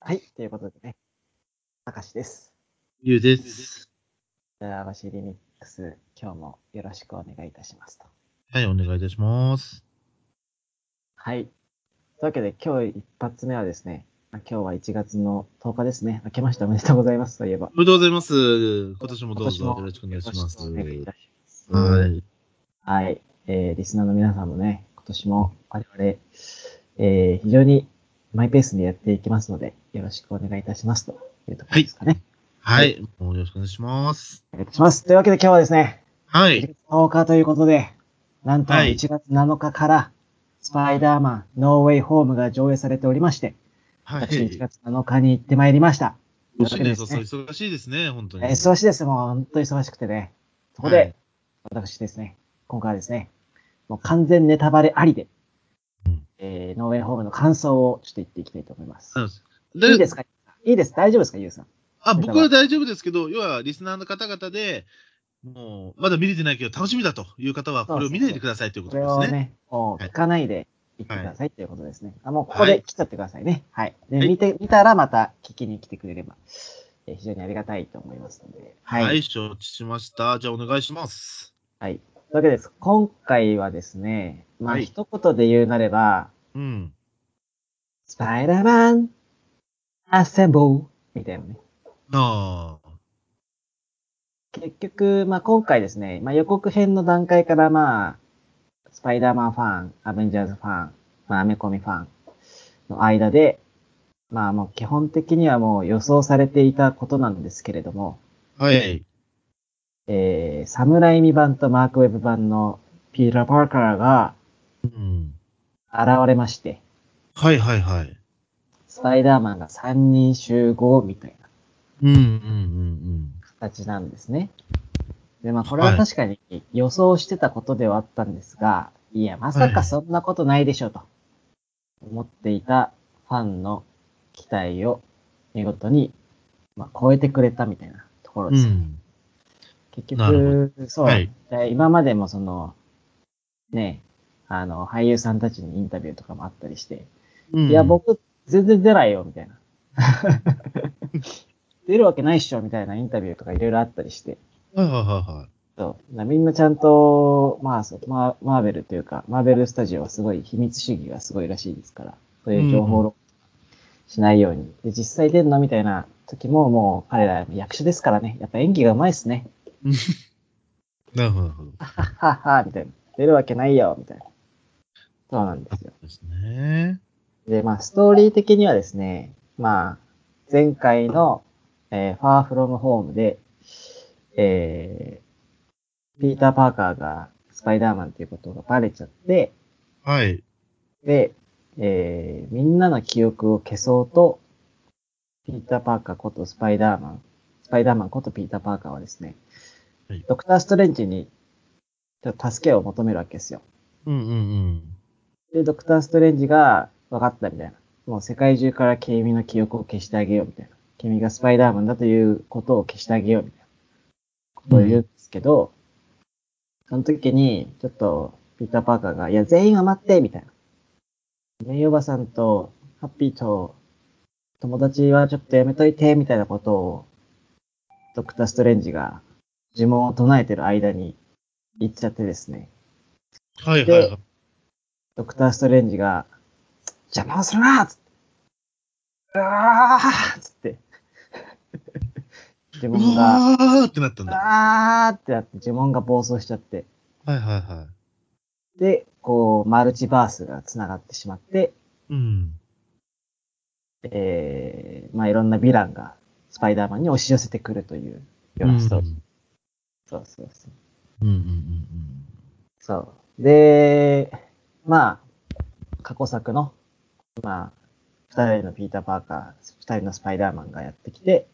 はい、ということでね、たかしです。ゆうです。じゃあ、バシリミックス、今日もよろしくお願いいたしますと。はい、お願いいたします。はい。というわけで、今日一発目はですね、まあ今日は1月の10日ですね。明けましておめでとうございますといえば。おめでとうございます。今年もどう今ぞ年よもろしくお願いします。よろくお願いいたしますは。い。はい。えーリスナーの皆さんもね、今年も我々、えー非常にマイペースでやっていきますので、よろしくお願いいたしますというところですかね。はい。もうよろしくお願いします。お願いいたします。というわけで今日はですね、は1い。月10日ということで、なんとはい1月7日から、スパイダーマン、ノーウェイホームが上映されておりまして、はい。私1月7日に行ってまいりました。ご新年という早わけで々ですね忙しいですね、本当に。えー忙しいです。もう本当に忙しくてね。そこで、はい私ですね、今回はですね、もう完全ネタバレありで、うんえーノーウェイホームの感想をちょっと言っていきたいと思います。でいいですかいいです。大丈夫ですかゆうさん。あ、僕は大丈夫ですけど、要はリスナーの方々で、もう、まだ見れてないけど楽しみだという方は、これを見ないでくださいというこことれでをすね。ね、もう聞かないで行ってくださいということですね。あもうここで来ちゃってくださいね。はい。はで、い見て、見たらまた聞きに来てくれれば、えー非常にありがたいと思いますので。は。はいい、はい。承知しました。じゃあお願いします。というわけです。今回はですね、まあ、はい一言で言うなれば、うん。スパイダーマン、アッセンボーみたいなね。ああ。結局、まあ、今回ですね、まあ、予告編の段階から、まあ、スパイダーマンファン、アベンジャーズファン、まあ、アメコミファンの間で、まあ、もう基本的にはもう予想されていたことなんですけれども、はい。えー、サムライミ版とマークウェブ版のピーター・パーカーがうん。現れまして、はいはいはい。スパイダーマンが3人集合みたいなうんうんうん形なんですね。で、まあ、これは確かに予想してたことではあったんですが、い、や、まさかそんなことないでしょうと思っていたファンの期待を見事に、まあ、超えてくれたみたいなところうん。うです。ん。結なる局、そう、はいで今までもその、ね、あの、俳優さんたちにインタビューとかもあったりして、うんいや、僕、全然出ないよ、みたいな。 出るわけないっしょ、みたいなインタビューとかいろいろあったりして、はいはいはいはい。そう。なみんなちゃんと、まあ、そうマーマーベルというか、マーベルスタジオはすごい秘密主義がすごいらしいですから、そういう情報をしないように。で、実際出るのみたいな時も、もう彼ら役者ですからね。やっぱ演技がうまいっすね。なるほどなるほど。はっは、みたいな。出るわけないよ、みたいな。そうなんですよ。ですね。で、まあ、ストーリー的にはですね、まあ、前回の、えー、ファーフロムホームで、えー、ピーター・パーカーがスパイダーマンということがバレちゃって、はい。で、えー、みんなの記憶を消そうと、ピーター・パーカーことスパイダーマン、スパイダーマンことピーター・パーカーはですね、はいドクター・ストレンジにちょっと助けを求めるわけですよ。うんうんで、ドクター・ストレンジが、分かったみたいな。もう世界中から君の記憶を消してあげようみたいな。君がスパイダーマンだということを消してあげようみたいなことを言うんですけど、その時に、ちょっと、ピーター・パーカーが、いや、全員は待ってみたいな。メイおばさんと、ハッピーと、友達はちょっとやめといて、みたいなことを、ドクター・ストレンジが呪文を唱えてる間に言っちゃってですね。うん。はいはいはい。ドクター・ストレンジが、邪魔をするなっつって。うわーっつって。 呪う文が、わーってなったんだ。あーってなって、呪文が暴走しちゃって。はいはいはで、こう、マルチバースが繋がってしまって、い。うん。えー、まあいろんなヴィランがスパイダーマンに押し寄せてくるというようなストーリー。そうそうそう。うんうんそう。で、まあ、過去作の、まあ、二人のピーター・パーカー、二人のスパイダーマンがやってきて、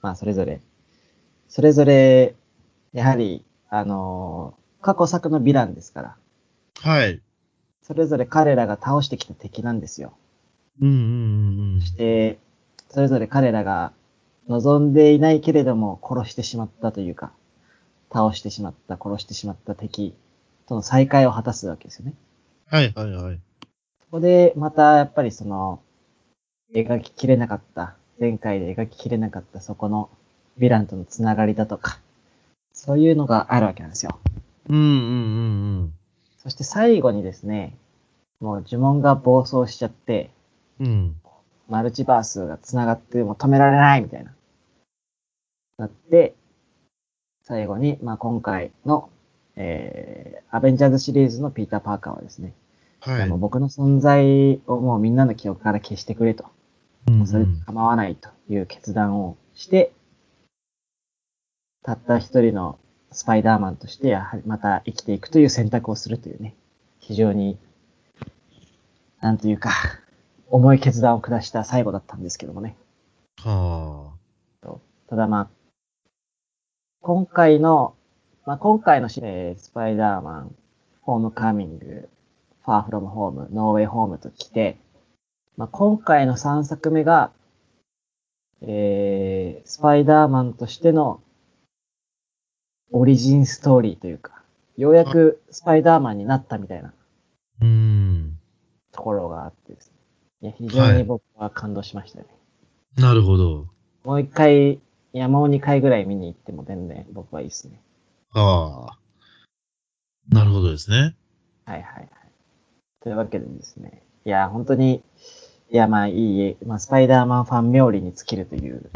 まあ、それぞれ、それぞれ、やはり、あのー過去作のヴィランですから、はい。それぞれ彼らが倒してきた敵なんですよ。うんうんうんうん。で、それぞれ彼らが望んでいないけれども、殺してしまったというか、倒してしまった、殺してしまった敵との再会を果たすわけですよね。はいはいはい。ここで、また、やっぱりその、描ききれなかった、前回で描ききれなかったそこのヴィランとのつながりだとか、そういうのがあるわけなんですよ。うんうんうんそして最後にですね、もう呪文が暴走しちゃって、うん。うん。マルチバースが繋がってもう止められないみたいな。なって、最後に、まあ、今回の、えー、アベンジャーズシリーズのピーター・パーカーはですね、はい。もう僕の存在をもうみんなの記憶から消してくれと、うんうそれでん構わないという決断をして、たった一人のスパイダーマンとして、やはりまた生きていくという選択をするというね、非常に、なんというか、重い決断を下した最後だったんですけどもね。はただまあ、今回の、まあ今回のシリーズ、えースパイダーマン、ホームカミング、ファーフロムホーム、ノーウェイホームと来て、まあ今回の3作目が、えー、スパイダーマンとしてのオリジンストーリーというか、ようやくスパイダーマンになったみたいなあ。うん。ところがあってですね。いや、非常に僕は感動しましたね。なるほど。もう一回、いや、もう二回ぐらい見に行っても全然僕はいいですね。はあ。なるほどですね。はいはいはい。というわけでですね。いや、本当に、いや、まあいい、まあ、スパイダーマンファン妙利に尽きるという、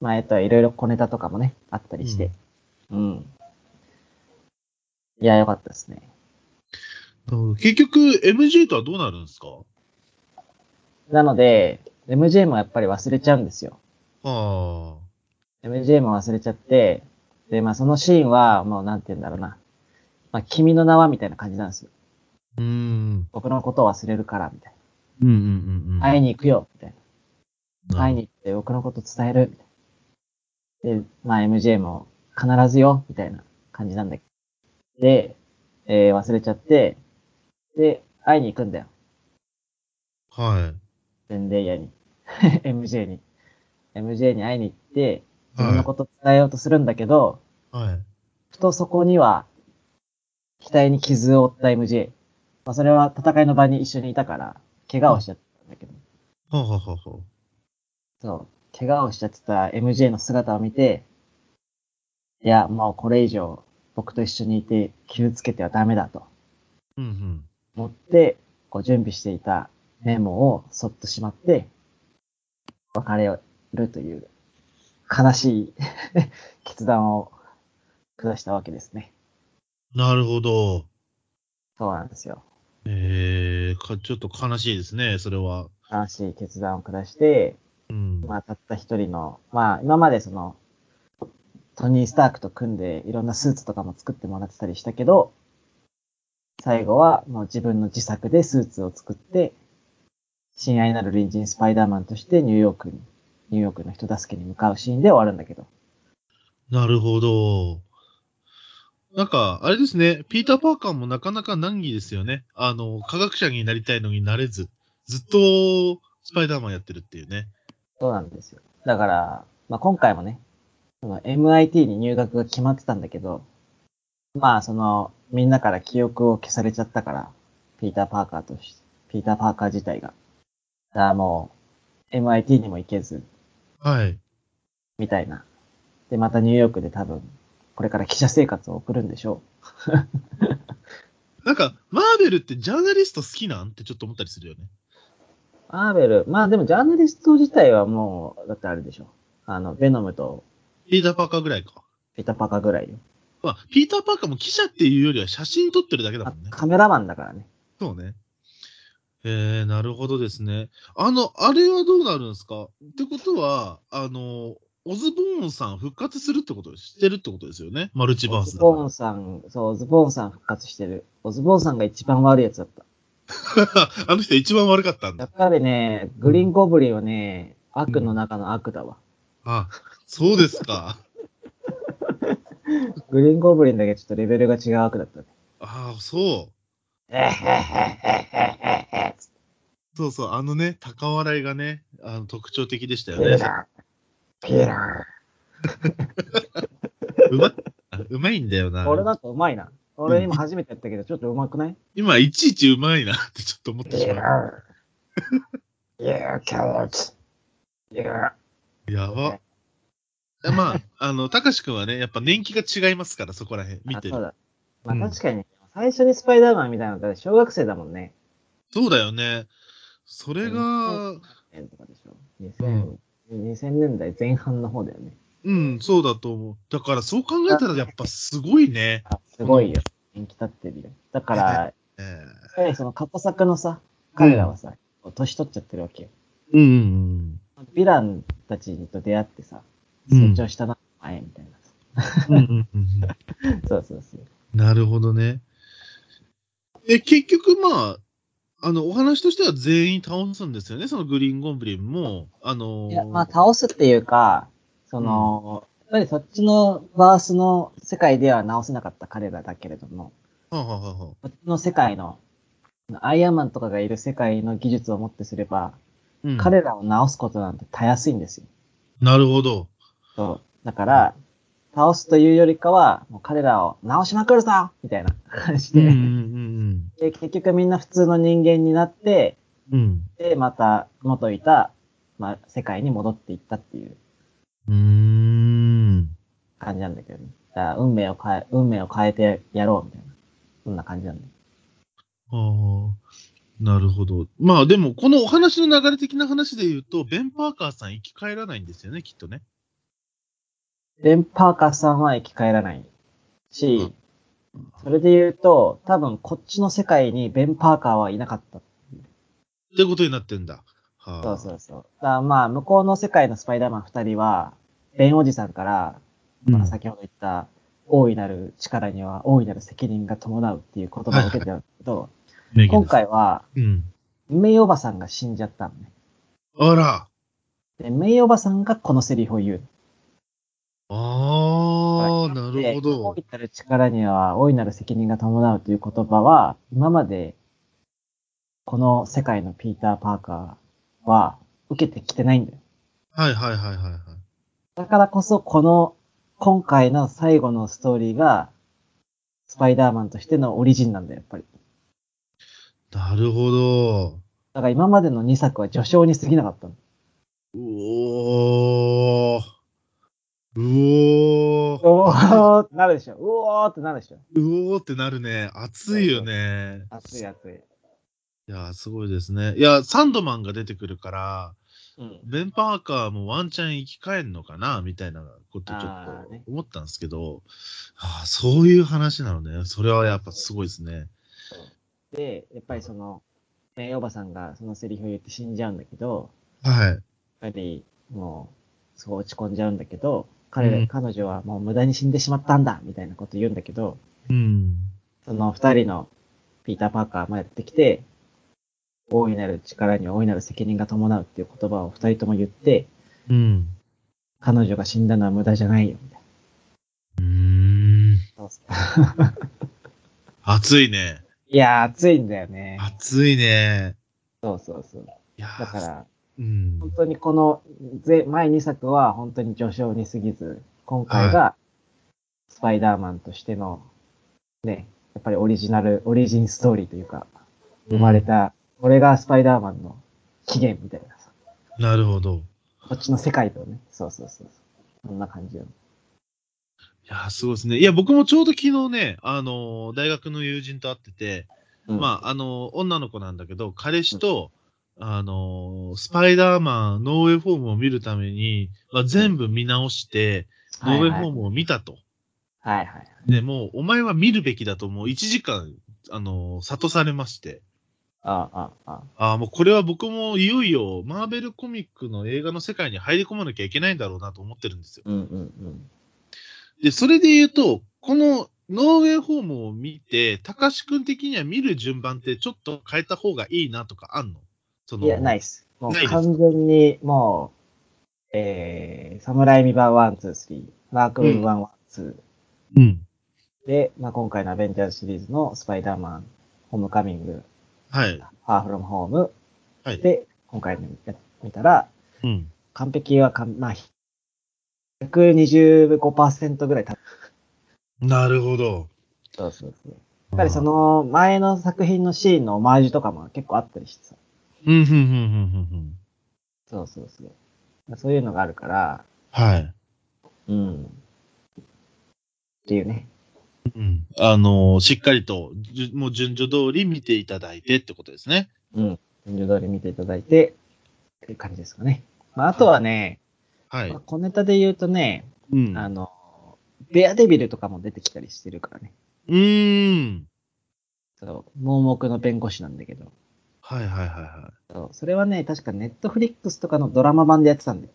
まあ、えっと、いろいろ小ネタとかもね、あったりして。うん。いや、よかったですね。なるほど結局、MJ とはどうなるんですかなので、MJ もやっぱり忘れちゃうんですよ。は MJ も忘れちゃって、で、まあそのシーンは、もうなんて言うんだろうな。まあ、君の名はみたいな感じなんですよ。あ。うん。僕のことを忘れるから、みたいうんうんうん。な。会いに行くよ、みたいな。会いに。に行って僕のこと伝える。みたいなで、まあ MJ も必ずよ、みたいな感じなんだけど。で、えー忘れちゃって、で、会いに行くんだよ。はい。ベンデイヤに。MJ に。MJ に会いに行って、自分のはこと伝えようとするんだけど、い。はい。ふとそこには、額に傷を負った MJ。まあそれは戦いの場に一緒にいたから、怪我をしちゃったんだけど。はあはあはあはそう、怪我をしちゃってた MJ の姿を見て、いや、もうこれ以上僕と一緒にいて傷つけてはダメだとあ。うんうん。思って、こう準備していたメモをそっとしまって、別れるという悲しい 決断を下したわけですね。なるほど。そうなんですよ。ええか、ちょっと悲しいですね、それは。悲しい決断を下して、うん。まあ、たった一人の、まあ、今までその、トニー・スタークと組んでいろんなスーツとかも作ってもらってたりしたけど、最後はもう自分の自作でスーツを作って、親愛なる隣人スパイダーマンとしてニューヨークに、ニューヨークの人助けに向かうシーンで終わるんだけど。なるほど。なんか、あれですね、ピーター・パーカーもなかなか難儀ですよね。あの、科学者になりたいのになれず、ずっとスパイダーマンやってるっていうね。そうなんですよ。だから、まあ、今回もね、その MIT に入学が決まってたんだけど、まあ、その、みんなから記憶を消されちゃったから、ピーター・パーカーとして、ピーター・パーカー自体が。だからもう、MIT にも行けず、はい。みたいな。で、またニューヨークで多分、これから記者生活を送るんでしょなんか、マーベルってジャーナリスト好きなんってちょっと思ったりするよね。う。マーベル、まあでもジャーナリスト自体はもう、だってあれでしょ。あの、ベノムとピーター・パーカーぐらいか。ピーター・パーカーぐらいよ。まあ、ピーター・パーカーも記者っていうよりは写真撮ってるだけだあもんね。カメラマンだからね。そうね。えー、なるほどですね。あの、あれはどうなるんですかってことは、あの、オズボーンさん復活するってことしてるってことですよね。マルチバーオスズだからボーンさん、そう、オズボーンさん復活してる。オズボーンさんが一番悪いやつだった。 あの人一番悪かったんやだっ。ぱりね、グリーンゴブリンはね、悪の中の悪だわ。あ、そうですか。グリーンゴブリンだけちょっとレベルが違う悪だったね。ああ、そえへへへへへつっう。そうそう、あのね、高笑いがね、あの特徴的でしたよてピね。ラー、ピラうまい、あうまいんだよなー。。俺なんかうまいな。俺今初めてやったけど、ちょっとうまくない今、いちいちうまいなってちょっと思ってピしまう。ラ Yeah, carrot. Yeah. や ば。まあ、あの、たかしくんはね、やっぱ年季が違いますから、そこら辺見てあそうる。だ。まあうん確かに、最初にスパイダーマンみたいなのって小学生だもんね。そうだよね。それが、年とかでしょ。2000, 2000年代前半の方だよね。うん、そうだと思う。だから、そう考えたらやっぱすごいね。あ、すごいよ。人気立ってるよ。だ から、やっえーぱりその過去作のさ、彼らはさ、年取っちゃってるわけよ。うんうんヴィランたちと出会ってさ、うん成長したな、前みたいなさ。うん。うんうんうんうん そうそうそう。 なるほどね。え、結局、まあ、あの、お話としては全員倒すんですよね、そのグリーンゴンブリンも。あのーいや、まあ倒すっていうか、その、やっぱりそっちのバースの世界では直せなかった彼らだけれども、はあはあはあはあこっちの世界の、アイアンマンとかがいる世界の技術をもってすれば、うん、彼らを直すことなんてたやすいんですよ。なるほど。そう。だから、倒すというよりかは、もう彼らを直しまくるぞみたいな感じうで、んうんで結局みんな普通の人間になって、うんうん。で、また元いた、まあ、世界に戻っていったっていううん。うーん。感じなんだけどね。だから運命を変え、運命を変えてやろうみたいな。そんな感じなんだよ。ああ。なるほど。まあでも、このお話の流れ的な話で言うと、ベン・パーカーさん生き返らないんですよね、きっとね。ベン・パーカーさんは生き返らないしうん、それで言うと、多分こっちの世界にベン・パーカーはいなかった。ってことになってんだ。はあ、そうそうそう。だからまあ、向こうの世界のスパイダーマン2人は、ベンおじさんから、うんまあ、先ほど言った、大いなる力には大いなる責任が伴うっていう言葉を受けてるんだけど、名言今。です回は、うん。メイおばさんが死んじゃったのね。あら。で、メイおばさんがこのセリフを言う。ああ、なでるほど大。いなる力には大いなる責任が伴うという言葉は、今まで、この世界のピーター・パーカーは受けてきてないんだよ。はいはいはいはいはい。だからこそ、この、今回の最後のストーリーが、スパイダーマンとしてのオリジンなんだよ、やっぱり。なるほど。だから今までの2作は序章に過ぎなかったの。うおー。うおー。おーってなるでしょ。うおーってなるでしょ。うおーってなるね。熱いよね。熱い熱い。いやー、すごいですね。いや、サンドマンが出てくるから、うん。ベン・パーカーもワンチャン生き返るのかなみたいなことちょあっーねと思ったんですけど、あーそういう話なのね。それはやっぱすごいですね。で、やっぱりその、メイおばさんがそのセリフを言って死んじゃうんだけど、はい。やっぱりもう、すごい落ち込んじゃうんだけど、彼ら、うん彼女はもう無駄に死んでしまったんだみたいなこと言うんだけど、うん。その二人のピーター・パーカーもやってきて、大いなる力には大いなる責任が伴うっていう言葉を二人とも言って、うん。彼女が死んだのは無駄じゃないよ、みたいうーん。な。 熱いね。いやー、熱いんだよね。熱いね。そうそうそう。いやーだから、うん。本当にこの前前2作は本当に序章に過ぎず、今回がスパイダーマンとしての、ね、やっぱりオリジナル、オリジンストーリーというか、生まれた、これがスパイダーマンの起源みたいなさ、なるほど。こっちの世界とね、そうそうそうそう、そんな感じよ。いやー、すごいですね。いや、僕もちょうど昨日ね、あのー大学の友人と会ってて、うん、まあ、あのー女の子なんだけど、彼氏と、あのースパイダーマン、ノーウェイフォームを見るために、まあ、全部見直して、ノはーいウはェいイフォームを見たと。はいはい。で、もう、お前は見るべきだと、もう1時間、あのー諭されまして。ああ、ああ、ああ、もうこれは僕もいよいよ、マーベルコミックの映画の世界に入り込まなきゃいけないんだろうなと思ってるんですよ。うんうんで、それで言うと、このノーウェイホームを見て、たかしくん的には見る順番ってちょっと変えた方がいいなとかあんのそうん。のいや、ないっす。もうないです完全に、もう、えー、サムライミバー1、2、3、マークウィン1、1、2、うん。で、まあ、今回のアベンジャーズシリーズのスパイダーマン、ホームカミング、はい。ファーフロムホームはい。で、今回のや見たら、うん。完璧はかん、まあ、125%ぐらい多分。なるほど。そうそうそう。やっぱりその前の作品のシーンのオマージュとかも結構あったりしてさ。うん、うん、うん、うん、うんうん。そうそうそう。まあそういうのがあるから、はい。うん。っていうね。うん。あのーしっかりと、じゅもう順序通り見ていただいてってことですね。うん。順序通り見ていただいて、っていう感じですかね。まあ、あとはね、はいまあ、。小ネタで言うとね、うん。あうの、ベアデビルとかも出てきたりしてるからね。ーん。そう。盲目の弁護士なんだけど。はいはいはいはい。そうそれはね、確かネットフリックスとかのドラマ版でやってたんだよ。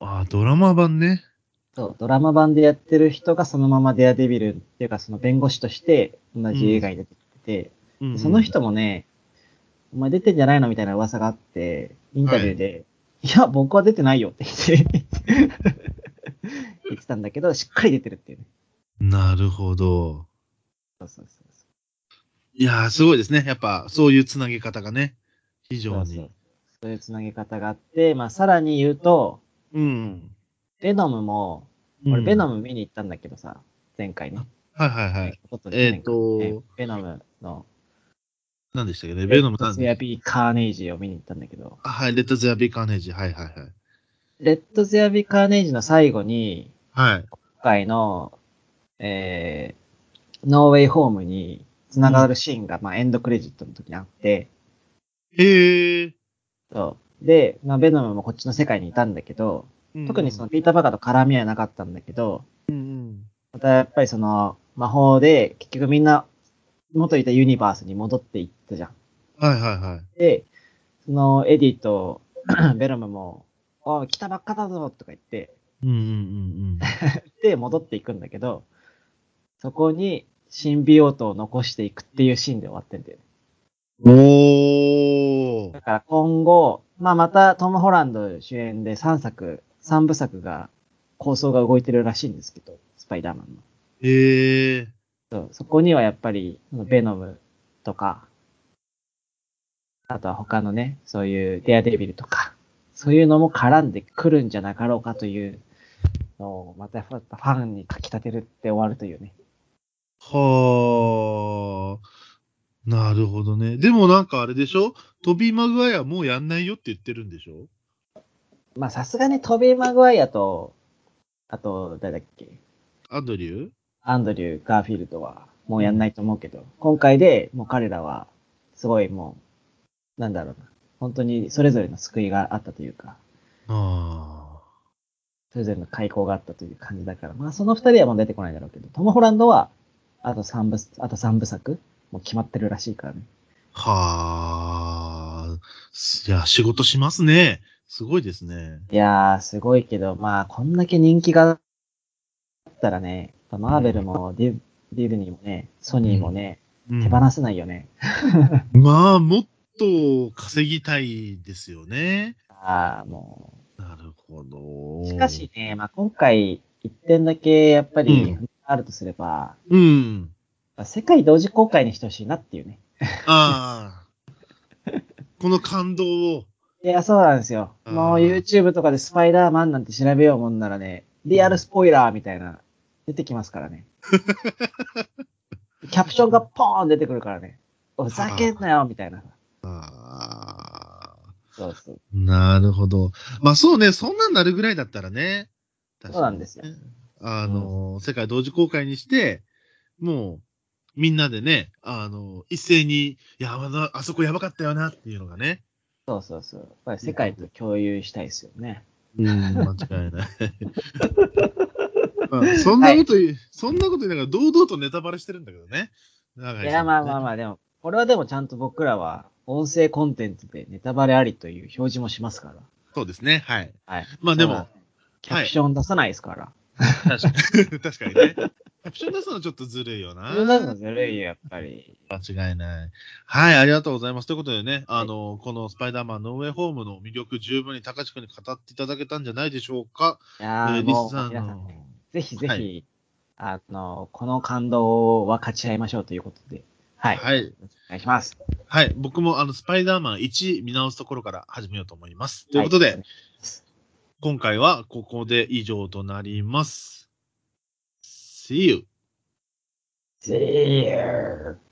ああ、ドラマ版ね。そう、ドラマ版でやってる人がそのままデアデビルっていうかその弁護士として同じ映画に出てきてて、うんうんその人もね、お前出てんじゃないのみたいな噂があって、インタビューで、い、や、僕は出てないよって言って 言ってたんだけど、しっかり出てるっていうね。なるほど。そうそうそうそう。いやー、すごいですね。やっぱ、そういうつなげ方がね。非常に。そうそうそういうつなげ方があって、まあさらに言うと、うん。ベノムも、う俺んベノム見に行ったんだけどさ、前回ね。はいはいはい。ちょっとえーっとねベノムの何でしたっけね。ベノムレッさドんツ。ヤビーカーネイジーを見に行ったんだけど、あはい、レッドゼアビーカーネージ。はいはいはい。レッドツヤビーカーネイジーの最後に、はい。今回の、えー、ノーウェイホームに繋がるシーンが、まあ、エンドクレジットの時にあって、へえ。そう。で、まあ、ベノムもこっちの世界にいたんだけど、特にそのピーター・パーカーと絡みはなかったんだけど、うんまたやっぱりその魔法で結局みんな元いたユニバースに戻っていったじゃん。うん。はいはいはい。で、そのエディと ベノムも、おい来たばっかだぞとか言って、うんうんで、戻っていくんだけど、そこに、シンビオートを残していくっていうシーンで終わってんだよね。うんうん。おーだ。から今後、まあ、またトム・ホランド主演で3作、3部作が、構想が動いてるらしいんですけど、スパイダーマンの。へえ。そうそこにはやっぱり、ベノムとか、あとは他のね、そういうデアデビルとか、そういうのも絡んでくるんじゃなかろうかというのを、またファンにかき立てるって終わるというね。はあ。なるほどね。でもなんかあれでしょトビー・マグワイアもうやんないよって言ってるんでしょまあ、さすがにトビー・マグワイアと、あと、誰だっけ、アンドリューアンドリュー・ガーフィールドは、もうやんないと思うけど、今回でもう彼らは、すごいもう、なんだろうな、本当にそれぞれの救いがあったというか、ああ。それぞれの開口があったという感じだから、まあ、その二人はもう出てこないだろうけど、トム・ホランドは、あと三部、あと三部作、もう決まってるらしいからね。はあ。いや、仕事しますね。すごいですね。いやー、すごいけど、まあ、こんだけ人気があったらね、やっぱマーベルもディ,、ディズニーもね、ソニーもね、うん手放せないよね。まあ、もっと稼ぎたいですよね。ああ、もなるほう。ど。しかし。ね、まあ、今回、一点だけ、やっぱうりん、あるとすれば、うん。まあ世界同時公開にしてほしいなっていうね。ああ。この感動を。いや、そうなんですよ。うんもう YouTube とかでスパイダーマンなんて調べようもんならね、リアルスポイラーみたいな、出てきますから ね。キャプションがポーン出てくるからね。おふざけんなよみたいな。ああ。そうそう。なるほど。まあそうね、そんなんなるぐらいだったらね。確かにそうなんですよ。あの、世界同時公開にして、もう、みんなでね、あの、一斉に、いや、あのあそこやばかったよなっていうのがね。そうそうそう。やっぱり世界と共有したいですよね。うん、間違い ない。まあそんなこと言う、そんなこと言いながら堂々とネタバレしてるんだけどね。長い井や、さんねまあまあまあ、でも、これはでもちゃんと僕らは、音声コンテンツでネタバレありという表示もしますから。そうですね、はい。はい。まあでもただ、キャプション出さないですから。確かに 確かにね。キャプション出すのちょっとずるいよな。それなんかずるいよ、やっぱり。間違いない。はい、ありがとうございます。ということでね、あの、このスパイダーマンノーウェイホームの魅力十分に高知君に語っていただけたんじゃないでしょうか。いえやーー、リもスう、さん皆さんのね、。ぜひぜひ、はいあの、この感動は勝ち合いましょうということで、はい。はい。お願いします。はい。僕もあの、スパイダーマン1見直すところから始めようと思います。ということで、は今回はここで以上となります。See you! See you!